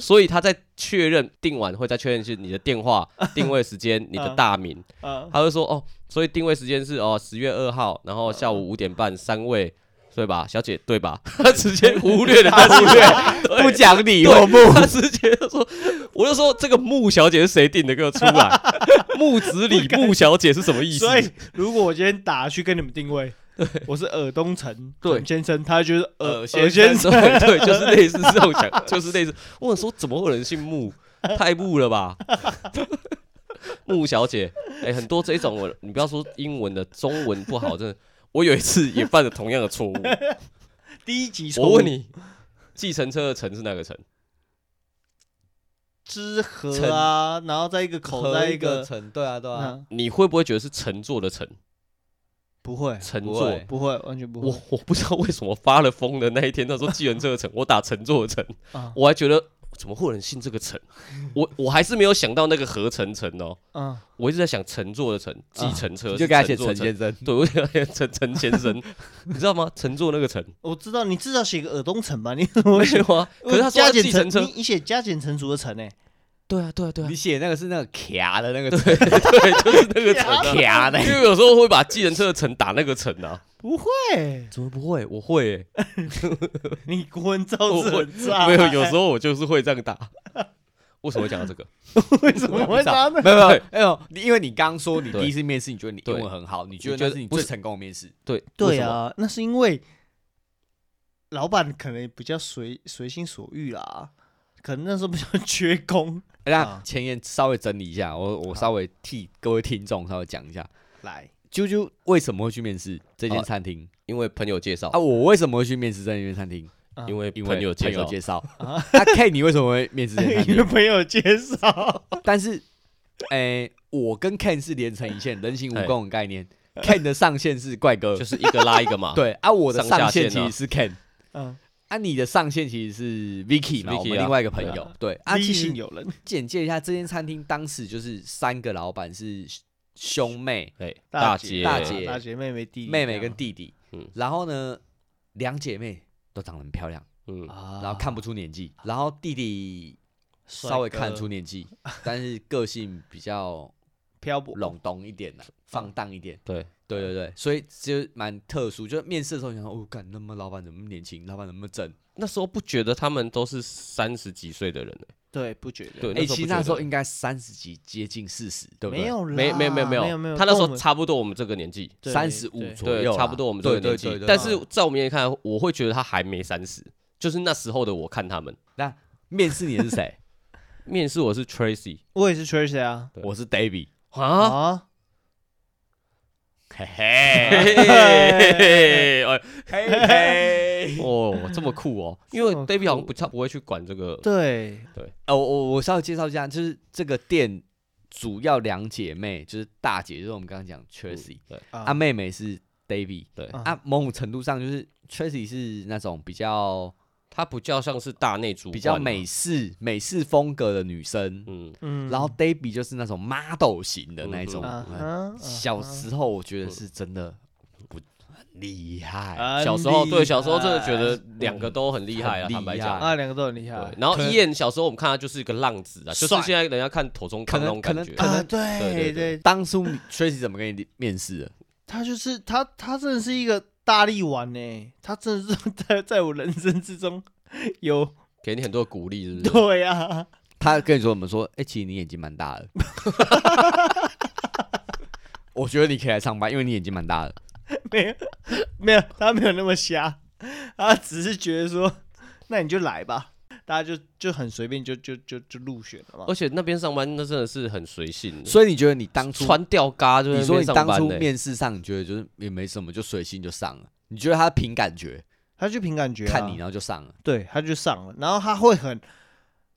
所以他在确认定完会再确认是你的电话、定位时间、你的嗯大名， 啊，他就说哦，所以定位时间是哦十月二号，然后下午五点半，三位对吧？小姐对吧？他直接忽略 了，他 忽略不讲理哦落幕，他直接就说，我就说这个穆小姐是谁定的？给我出来！木子李穆小姐是什么意思？所以如果我今天打去跟你们定位， 我是尔东城对陈先生，他觉得尔尔先呃先生，对呃 对，就是类似这种讲，就是类似。我想说，怎么会有人姓穆？太木了吧？ 穆小姐，哎、很多这种我，你不要说英文的，中文不好，真的。我有一次也犯了同样的错误，第一 集我问，你，计程车的“程”是哪个“程知和啊，然后在一个”？口，在一个，城，对啊，对啊，嗯你会不会觉得是乘坐的“乘不会”？乘不坐会。不会，完全不我会我不知道为什么发了疯的那一天，他说计程车的“乘”，我打乘坐的“乘啊”，我还觉得怎么会有人信这个“乘”？我我还是没有想到那个合成城哦，嗯，我一直在想乘坐的“乘”，计程车你是就给他写乘坐陈的乘先生，对，啊我想陈陈先生，你知道吗？乘坐那个“乘我知道，你至少写个尔东城吧，你 我”没有啊？可是他说加他减计乘，程车你，你写加减乘除的乘欸诶，对啊，对啊，对啊 你，写那个是那个卡的那个对，对，就是那个“乘” 啊。卡的，因为有时候会把计程车的“乘”打那个“乘”啊。不会，怎么不会？我会、欸，你国文造字很差， 没 有，有时候我就是会这样打。 为什么会讲到这个？候 为什欸么会差呢？没有没对有没有，你因为你刚说你对第一次面试，你觉得你英对文很好，你觉得我觉那得是你不最是成功的面试，对对，为什么啊，那是因为老板可能比较随随心所欲啦，可能那时候比较缺工。哎那啊前言稍微整理一下，我我稍微替各位听众稍微讲一下， 来，啾啾为什么会去面试这间餐厅因为朋友介绍啊？，我为什么会去面试这间餐厅？啊因为因哦为朋友介绍，介绍。 啊 K，你为什么会面试这间餐因为厅？朋友介 绍，但是，哎，我跟 Ken 是连成一线，人形蜈蚣的概 念。Ken 的上限是怪哥 就，是一个拉一个嘛。对啊，我的上下上限线其啊实是 Ken，嗯，啊，你的上线其实是 Vicky 嘛，是我 Vicky 们啊另外一个朋对友啊。对啊，第其一性实有人，简介一下这间餐厅，当时就是三个老板是兄妹， 哎，大姐，大姐姐、大姐、妹妹、弟弟、妹妹跟弟弟嗯。然后呢，两姐妹都长得很漂亮，嗯这，样啊，然后看不出年纪，然后弟弟帅稍微哥看出 年纪，但是个性比较漂泊，笼东一点 嗯的，放荡一点。对，对对对，所以就蛮特殊。就是面试的时候，你想说，哦，干，那么老板怎么那么年轻，老板怎么那么正？那时候不觉得他们都是三十几岁的人欸呢，对，不觉得？对哎、那时候其不实觉那时候得应该三十几，接近四十，对不对？没有啦，没没有没有没没没有，他那跟时候我们差不多我们这个年纪，对35对左右对，啦差不多我们这个对对年纪对对。但是在我们眼里看，我会觉得他还没三十，就是那时候的我看他们那面试你的是谁？面试，我是 Tracy 我也是 Tracy 啊，对我是 David。啊，啊，嘿嘿嘿嘿嘿哎嘿嘿。哦，这么酷 哦！因为这么 David 好像酷不他不会去管这个，对，哦，我我稍微介绍一下，就是这个店主要两姐妹，就是大姐就是我们刚刚讲 Tracy，、对啊，妹妹是 David。对，啊啊，某种程度上就是 Tracy 是那种比较他不叫像是大内主管比较啊美，式美式风格的女生，嗯，嗯，然后 Davy 就是那种 model 型的那一种。啊嗯哈，小啊哈时候我觉得是真的不很厉害，很小时候对厉小时候真的害觉得两个都很厉害啊，很厉坦白讲。害哎啊，两个都很厉害对，然后可伊燕小时候我们看他就是一个浪子啊，就是帅现在人家看头中可康那能种可感能觉。可啊，能对对对对，当初你 Tracy 怎么跟你面试的？他就是他，他真的是一个大力丸呢，他真的是 在在我人生之中有给你很多鼓励，是不是？对啊呀，他跟你说我们说，哎、其实你眼睛蛮 大的，我觉得你可以来上班，因为你眼睛蛮大的。没有没有，他没有那么瞎，他只是觉得说，那你就来吧。大家就就很随便就就就就入选了嘛而。且那边上班那真的是很随性的，所以你觉得你当初，穿吊嘎就在你那说边你上当班初呢、面试上，你觉得就是也没什么，就随性就上了。你觉得他凭感觉他就凭感觉、啊、看你，然后就上了。对，他就上了，然后他会很，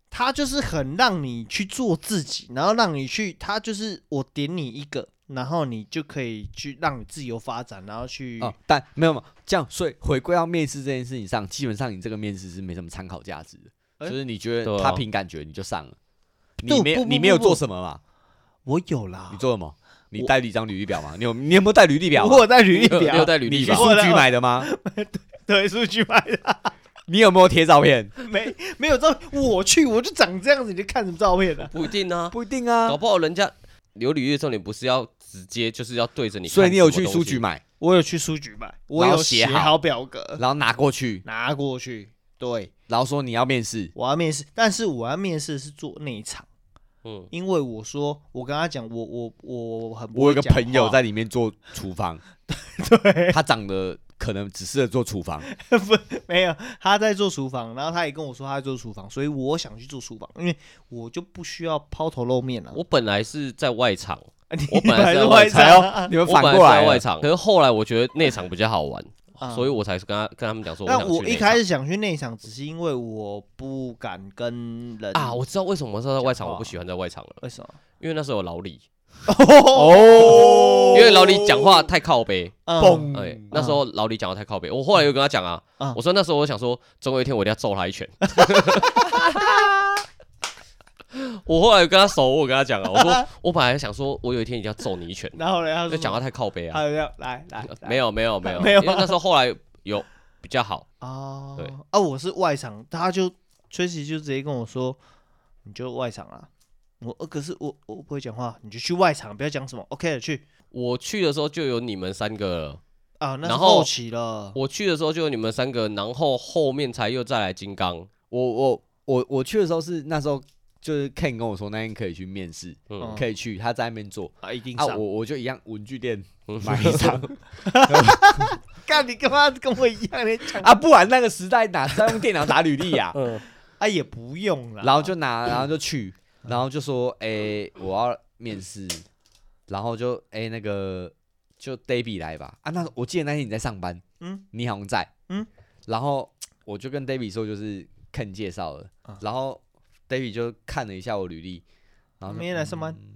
他就是很让你去做自己，然后让你去，他就是我点你一个，然后你就可以去让你自由发展，然后去，哦，但没有嘛，这样，所以回归到面试这件事情上，基本上你这个面试是没什么参考价值的，哎就是你觉对得啊他凭感觉你就上了，不你没有啊不你不没有不做什么嘛？我有啦你，做什么？你我带了一张履历表吗？你有你有没有带履历表啊？我有带履历你 有你表有，带履你历去吧吧？数据买的吗？对，数据拍的，你有没有贴照片？没没有照片，我去，我就长这样子，你就看什么照片啊？不一定啊，不一定搞啊。不好人家留履历的重点不是要直接就是要对着你看什所么东西，以你有去书局买，我有去书局买，我然后有写写好好表格然后拿过去，拿过去，对然后说你要面试，我要面试，但是我要面试是做内场。嗯，因为我说，我跟他讲，我我我我很不我有会一个讲话朋友在里面做 厨房，对，他长得可能只适合做 厨房，没有他在做厨房，然后他也跟我说他在做厨房，所以我想去做厨房，因为我就不需要抛头露面了、我本来是在外场，啊你我本来是在是外外场场啊你们我反本来过是在来外了，场，可是后来我觉得内场比较好玩，啊所以我才跟他跟他们讲说，那想我去一内场开始想去内场，只是因为我不敢跟人啊，我知道为什么我知道在外场，讲话我不喜欢在外场了，为什么？因为那时候有老李，哦因为老李讲话太靠北，嗯蹦哎、那时候老李讲话太靠北，我后来又跟他讲啊，嗯我说那时候我想说，总有一天我一定要揍他一 拳。我后来有跟他熟，我有跟他讲啊，我说我本来想说，我有一天一定要揍你一拳，然后呢， 他就说讲话太靠北什么，啊，他就这样来来，来没有没有没 有没有因为那时候后来有比较好，哦，对啊，我是外场，他就崔琦就直接跟我说，你就外场啊。我呃可是我我不会讲话，你就去外场，不要讲什么，OK 的去我去的时候就有你们三个了，啊。那是然后后期了，我去的时候就有你们三个，然后后面才又再来金刚，我我我我去的时候是那时候就是 Ken 跟我说那天可以去面试，嗯嗯可以去，他在那边做啊一定啊，上我。我就一样文具 店嗯买一张 干你干嘛跟我一样？你讲 啊，不然那个时代哪在用电脑打履历呀？嗯，啊也不用了，然后就拿，然后就去，嗯然后就说，哎、我要面试，然后就哎、那个就 Davy 来吧。啊，那我记得那天你在上班，嗯，你好像在，嗯，然后我就跟 Davy 说，就是 Ken 介绍了，啊然后 Davy 就看了一下我履历，然后就没来上班嗯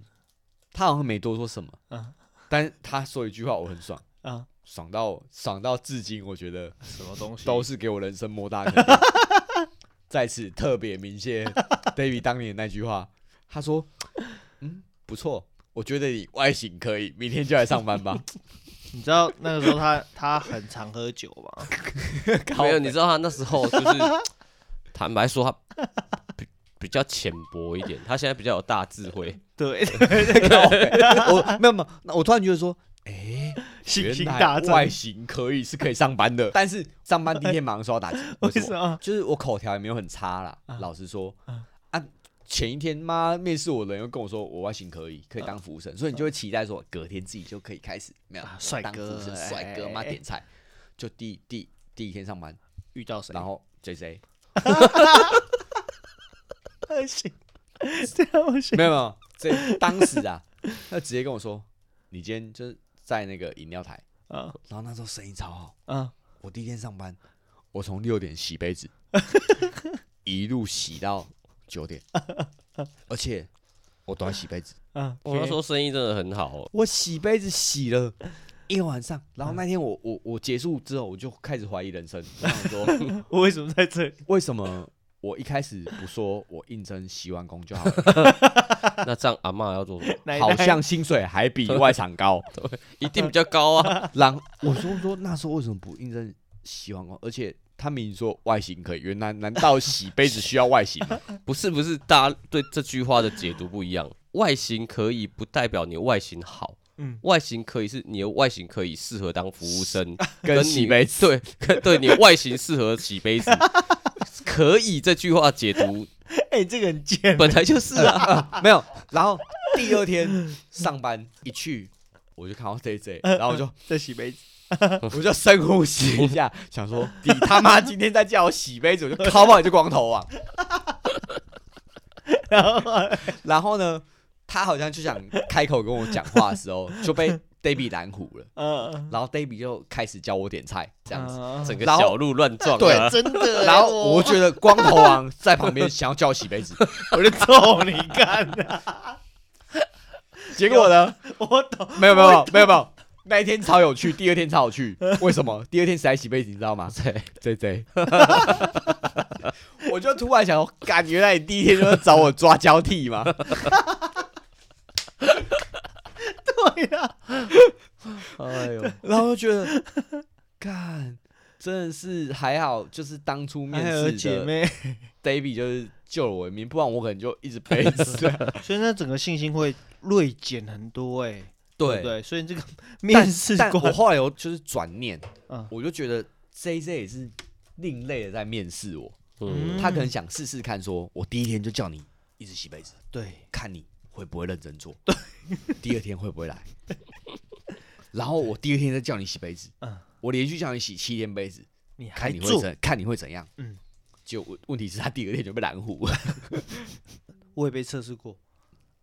他好像没多说什么，嗯啊但是他说一句话我很爽，啊爽到爽到至今，我觉得什么东西都是给我人生莫大肯 定。在此特别鸣谢 David 当年那句话，他说：“嗯，不错，我觉得你外形可以，明天就来 上班吧。你知道那个时候他他很常喝酒 嘛，没有，你知道他那时候就是 坦白说他比比较浅薄一点，他现在比较有大智慧。 对，” 我没有没有，那我突然觉得说，心原情来大外增，形可以是可以上班的，但是上班第一天马上受到打击， 为什什么？么？就是我口条也没有很差啦，老实说，啊，前一天妈面试我的人又跟我说我外形可以，可以当服务生，所以你就会期待说隔天自己就可以开始，没有啊帅当服哥务生，帅哥妈哎点菜，就第第第一天上班，遇到谁？然后 J J 不行，这样不行。没有没有，这当时啊，他直接跟我说，你今天就是在那个饮料台，啊然后那时候生意超好，啊我第一天上班，我从六点洗 杯子，一路洗到九点，而且我都要洗杯子。啊！我那时候生意真的很好哦，我洗杯子洗了一个晚上，然后那天我我我结束之后，我就开始怀疑人生，我想说我为什么在这里？ 为什么我一开始不说我应征洗碗工就 好了，那这样阿嬷要做什么？奶奶好像薪水还比外场高。一定比较高啊！ 然后我说说那时候为什么不应征洗碗工，而且。他明明说外形可以，原来难道洗杯子需要外形吗？不是不是，大家对这句话的解读不一样。外形可以不代表你外形好，嗯外形可以是你的外形可以适合当服务生，跟你洗杯子对， 跟对你的外形适合洗杯 子，可以这句话解读 哎、这个很贱。 本来就是啊。没有。然后第二天上班一去，我就看到 J J，然后我就嗯在洗杯子， 我就深呼吸一 下，想说你他妈今天在叫我洗杯子，我就敲爆你这光头啊！ 然后然后呢，他好像就想开口跟我讲话的时候，就被 Davy 拦虎了。嗯，然后 Davy 就开始教我点菜，这样子。子整个然后小鹿乱撞、啊，对真的欸。然后我觉得光头王在旁边想要叫我 洗杯子，我就揍你干的，结果呢，我懂。没有没有没有没有，那一天超有趣，第二天超有趣，为什么？第二天谁来洗杯子你知道吗？对， J J，我就突然想说，干，原来你第一天就是找我抓交替嘛？对呀，哎呦，然后就觉得，干，真的是还好，就是当初面还有 试姐的妹， Davy 就是救了我一命，不然我可能就一直 背着。所以那整个信心会锐减很多哎。不对，所以这个面但试但我官，后来有就是转念，嗯我就觉得 J J 也是另类的在面试我，嗯，他可能想试试看说我第一天就叫你一直洗杯子，对，看你会不会认真做，对，第二天会不会来， 然后我第二天再叫你洗杯子，嗯我连续叫你洗七天杯子，你还看你会做，怎，看你会怎样，嗯嗯，就问题是他第二天就被拦虎，我也被测试过，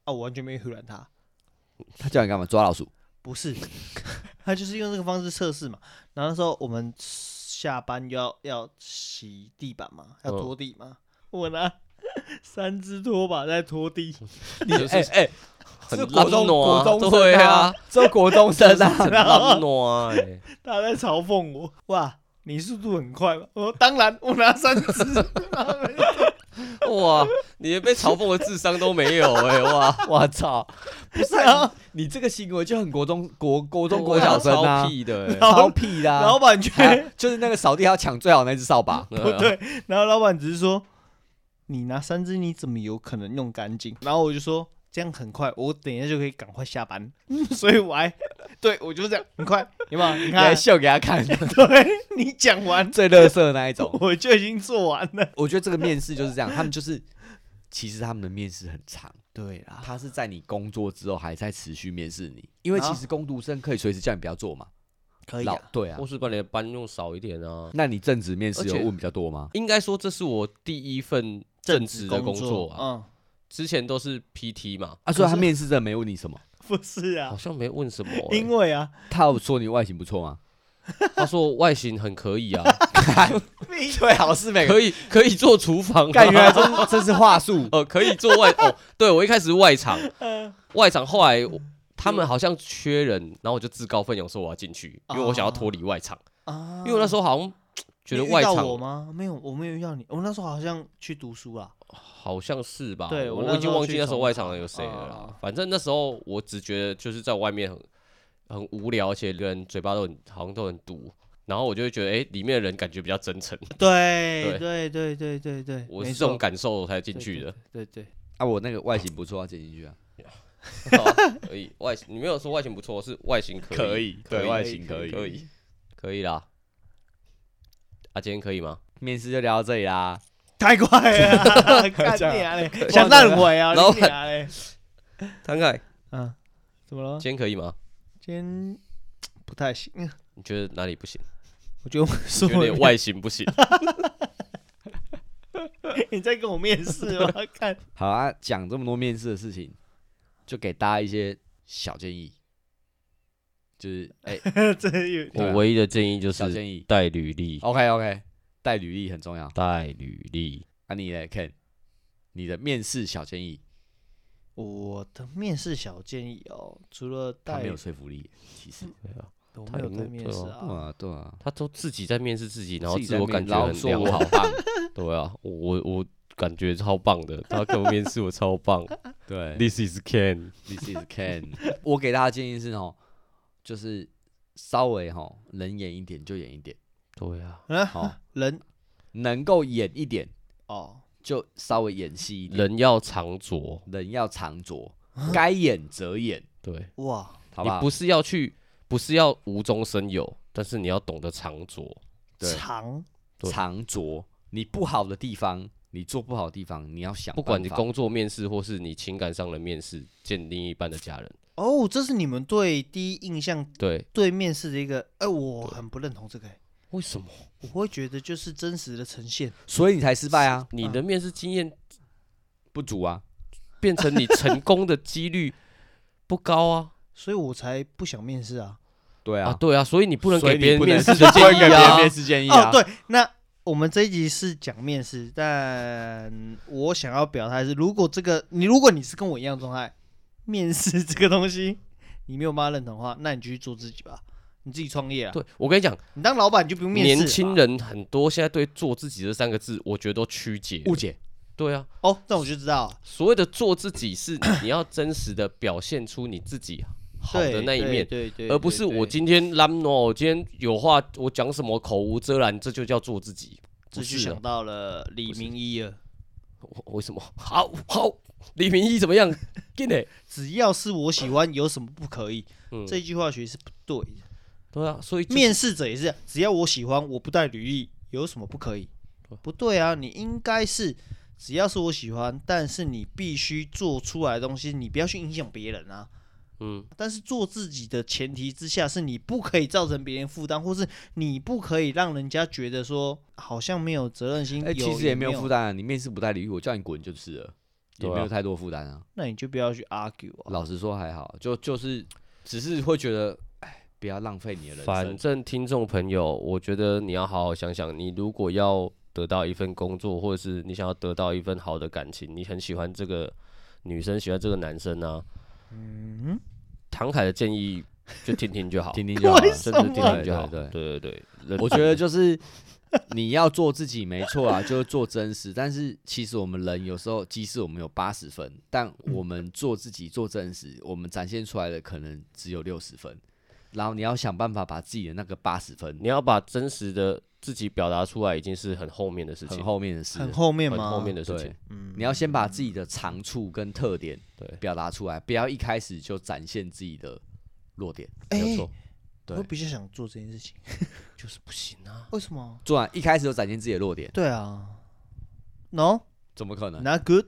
啊，我完全没有胡乱他， 他叫你干嘛抓老鼠？不是， 他就是用这个方式测试嘛。然后那时候我们下班要要洗地板嘛，要嗯拖地嘛，我拿 三只拖把在拖地， 你哎哎，很这国中懒惰啊国中对 生啊，这国中生啊 很，浪暖哎，他在嘲讽我，哇，你速度很快嘛？我说当然，我拿三只， 哇，你连被嘲讽的智商都没有哎， 哇，我操，不是然后啊，你这个行为就很国中国国中对国啊小生啊超，屁的哎， 然后超屁的啊， 老板却还就是那个扫地要抢最好那只扫 把，不 对，然后老板只是说，你拿三只你怎么有可能弄干净？然后我就说这样很快，我等一下就可以赶快下班， 所以我还 对我就这样很快， 有没有？你你还看，秀给他看， 对你讲完，最乐色那一种。 我就已经做完了。我觉得这个面试就是这样，他们就是其实他们的面试很长，对啦，他是在你工作之后还在持续面试你，因为其实工读生可以随时叫你不要做嘛。可以老啊，对啊或，是把你的班用少一点啊。那你正职面试有而且问比较多吗？应该说这是我第一份正职的工作啊，嗯，之前都是 PT 嘛，啊，所以他面试真的没问你什么，不是好啊，像没问什么欸、因为啊，他有说你外形不错 吗？他说外形很可 以啊，你对，好事每可以可以做厨房、干，原啊，，来这这是话术呃，可以做外哦，对我一开始是 外场，嗯外场后来我他们好像缺人，然后我就自告奋勇说我要进去，因为我想要脱离外场，啊因为我那时候好像觉得你遇外到场我吗？没有，我没有遇到你。我那时候好像去读书啊啦。好像是吧，对我我那已经时候忘记去那时候重外场考有谁了啦哦，反正那时候我只觉得就是在外面很很无聊，而且人嘴巴都很好像都很毒。然后我就会觉得，哎、里面的人感觉比较真诚，对对对对对对，我没是这种错感受我才进去的。。对对对，对啊，我那个外形不错，要剪进去啊， 可以，外形你没有说外形不错，是外形可以，可以，可以形可可以，可以啦。啊，今天可以吗？面试就聊到这里啦。太快 了，干这样你啊嘞，想烂尾啊，老板你啊嘞，摊开，嗯，怎么了？今天可以吗？今天不太行，啊你觉得哪里不行？我觉得我说有点我外形不行。你在跟我面试 吗？看，好啊，讲这么多面试的事情，就给大家一些小建议， 就是哎、这有 对啊我唯一的建议就小是建议。带履历， OK OK，带履历很重要。带履历。啊，你来看你的面试小建议，我的面试小建议哦，除了他带没有，说服力，其实。我他没有有带没面对试哦啊，啊，对啊，他都自己在面试自己，然后自己自在我面感觉然后很说良我好好。 棒，对啊，我我感觉超棒的，他给我面试我超 棒。对 This is Ken。 ，This is Ken。我给大家建议是哦，就是稍微哈、能演一点就演一点，对啊，好、人能够演一点哦，就稍微演戏一点，人要长拙，人要长拙，该演则演，对。哇，你好不好？不是要去，不是要无中生有，但是你要懂得藏拙。对长对长拙，你不好的地方，你做不好的地方，你要想不办法，管你工作面试或是你情感上的面试，见另一半的家人，哦，这是你们对第一印象对，对面试的一个，哎、我很不认同这个、哎为什么？我会觉得就是真实的呈现，所以你才失败啊，你的面试经验不足啊。变成你成功的几率不高啊？所以我才不想面试啊。 对啊，对啊，所以你不能所以给你别人不面能试的 不能建给别议人啊。面试建议哦啊。，对，那我们这一集是讲面试，但我想要表达的是，如果这个你，如果你是跟我一样的状态，面试这个东西你没有办法认同的话，那你就去做自己吧，你自己创业啊，对，我跟你讲，你当老板你就不用面啊试了吧。年轻人很多现在对“做自己”这三个字，我觉得都曲解了。误解，对啊，哦，那我就知道了，所谓的做自己是你要真实的表现出你自己好对的那一对面，对对，而不是对我今天 lam no，我今天有话我讲什么口无遮拦，这就叫做自己。这不就是啊想，到了李明一了，我为什么？ 好好，李明一怎么样？ 进嘞，只要是我喜欢，有什么不可以？嗯，这句话其实是不对的。对啊，所以就是面试者也是这样，只要我喜欢，我不带履历，有什么不可以？不对啊，你应该是只要是我喜欢，但是你必须做出来的东西，你不要去影响别人啊。嗯，但是做自己的前提之下，是你不可以造成别人负担，或是你不可以让人家觉得说好像没有责任心。哎，其有实也没没有负担啊。你面试不带理我，叫你滚就是了，也对啊哦没有太多负担啊。那你就不要去 argue 啊。老实说还好，就就是只是会觉得，哎，不要浪费你的人反生。哦正听众朋友，我觉得你要好好想想，你如果要得到一份工作，或者是你想要得到一份好的感情，你很喜欢这个女生，喜欢这个男生啊，嗯，唐凯的建议就听听就好，听听就好了为。甚什至么听听就好，对 对对对，人我觉得就是你要做自己没错啊，就是做真实。但是其实我们人有时候，即使我们有八十分，但嗯我们做自己做真实，我们展现出来的可能只有六十分。然后你要想办法把自己的那个八十分你要把真实的自己表达出来，已经是很后面的事情很，后面的事，很后面很吗？后面的事对情。嗯，你要先把自己的长处跟特点对表达出来，不要一开始就展现自己的弱点。哎没有错，对我比较想做这件事情，就是不行啊。为什么？做完一开始就展现自己的弱点，对啊，No 怎么可能？ not good。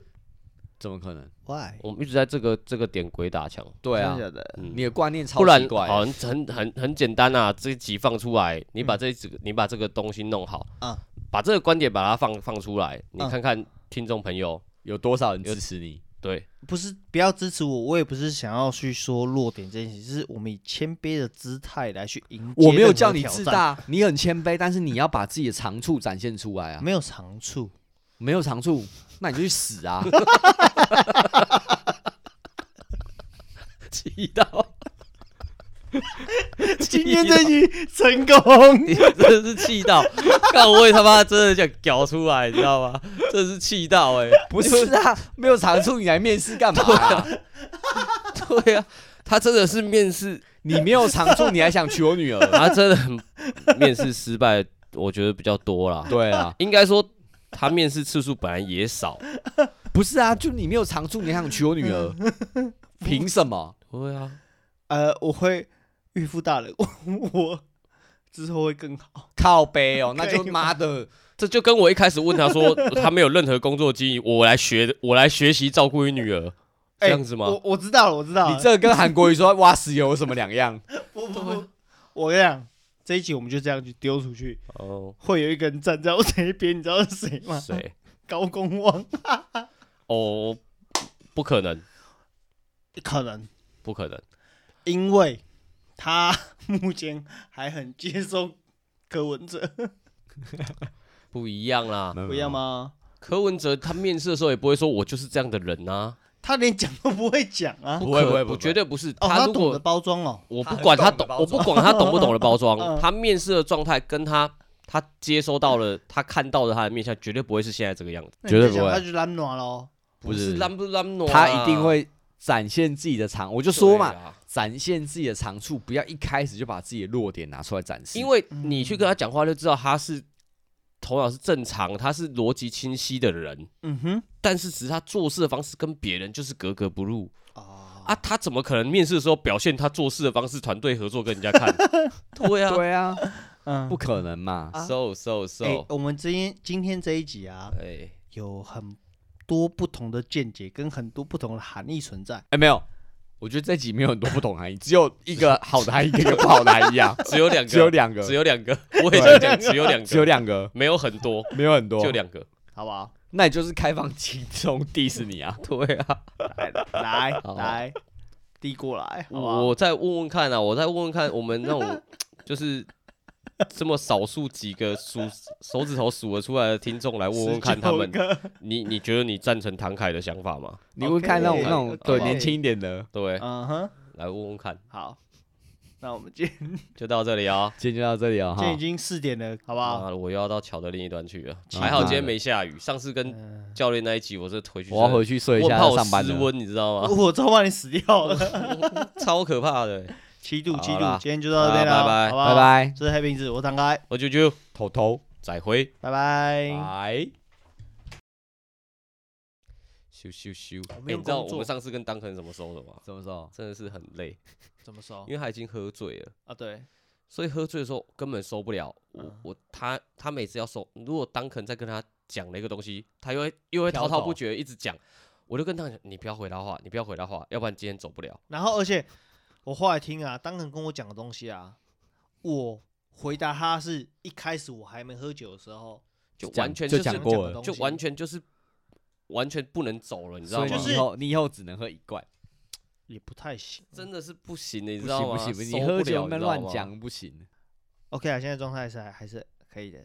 怎么可能？ Why？我们一直在这个这个点鬼打墙，对啊真，的假的？嗯你的观念超不然奇怪的。好，很很很很简单啊，这一集放出来，你把这几个、你把这个东西弄好，啊把这个观点把它放放出来，你啊看看听众朋友，有多少人支持你？对不是不要支持我，我也不是想要去说弱点这件事，就是我们以谦卑的姿态来去迎接。我没有叫你自，大，啊你很谦卑，但是你要把自己的长处展现出来啊！没有长处。没有长处，那你就去死啊！ 气到今天这集成功，你真的是气 到，看我也他妈真的想屌出来，你知道吗？真的是气到哎、不是啊， 没有长处你来面试干嘛啊？对啊，他真的是面试，你没有长处，你还想娶我女 儿？他真的很面试失败，我觉得比较多啦，对啊，应该说他面试次数本来也少，不是啊，就你没有长处，你还想娶我女儿？凭什么？对啊， 呃，我会预付大人，我 我之后会更好。靠背哦，那就可以妈的，这就跟我一开始问他说 他没有任何工作经验，我来学，我来学习照顾女儿，这哎样子吗？我我知道了，我知道了。你这跟韩国瑜说挖石油有什么两样？不不不，我跟你讲，这一集我们就这样去丢出去，哦，会有一个人站在我这一边，你知道是谁嗯吗？ 谁？高公望，哦，不可能，可能。不可能。因为他目前还很接受柯文哲，不一样啦，嗯不一样？吗？柯文哲他面试的时候也不会说我就是这样的人啊，他连讲都不会讲啊！不会可不会不不会绝对不是。哦，他如懂得果包装哦，我不他管他懂懂得，包我不管他懂不懂的包嗯 装，他面试的状态跟他他接收到了他看到的他的面相，绝对不会是现在这个样子。那你就绝对不讲会他就懒暖喽。不是是烂不烂诺啊，他一定会展现自己的长，我就说嘛对，啊展现自己的长处，不要一开始就把自己的弱点拿出来展示。因为你去跟他讲话就知道他是头脑是正常，他是逻辑清晰的人，嗯哼，但是只是他做事的方式跟别人就是格格不入哦，啊，他怎么可能面试的时候表现他做事的方式、团队合作跟人家看？对啊对啊，嗯，不可能嘛，啊，so so 哎 so，我们今天今天这一集啊，哎，有很多不同的见解跟很多不同的含义存在。哎，没有，我觉得这集没有很多不同含义，只有一个好的含义跟一个不好的含义 啊，只有两个，只有两个，只有两个，我也想讲，只有两个，只有两个，没有很多，没有很多，就两个。好不 好？那你就是开放轻松 diss 你啊，对啊，来来好来，递过来，好不好？我再问问看啊，我再问问看，我们那种就是这么少数几个数手指头数得出来的听众来问问看他们19，个你你觉得你赞成唐凯的想法吗？你会看那种 OK，那种 OK 对年轻一点的，对， 嗯哼，来问问看，好，那我们今天就到这里啊、今天就到这里了今天哈已，经四点了，好不好？啊妈的，我又要到桥的另一端去了，嗯还好今天没下雨。上次跟嗯教练那一集，我这回去哎我要真的回去睡一我下，怕要我上班失了。哦温，你知道吗？呃 我早晚你死掉了， 超可怕的、七度好七度啦，今天就到这边了，好啦拜拜好不拜好？拜，这是黑瓶子，我张开，我啾啾，头头，再会，拜拜。拜。咻咻咻。我哎、没有你知道工作我们上次跟当肯怎么收的吗？什么时候？真的是很累，怎么说因？为他已经喝醉了，啊，对，所以喝醉的时候根本收不了。我嗯我他他每次要收，如果当肯再跟他讲了一个东西，他又会又会滔滔不绝一直讲。我就跟他讲，你不要回他话，你不要回他话，要不然今天走不了。然后而且我后来听啊，当肯跟我讲的东西啊，我回答他是一开始我还没喝酒的时候，就讲完全就是讲他们过的了东就西完全就是完全不能走了，你知道所吗？以就你是以后你以后只能喝一罐，也不太行。真的是不行的，你不知行道吗？不行，不行，受你不喝了酒你那知乱道吗讲不行。 OK 啊，现在状态是还还是可以的。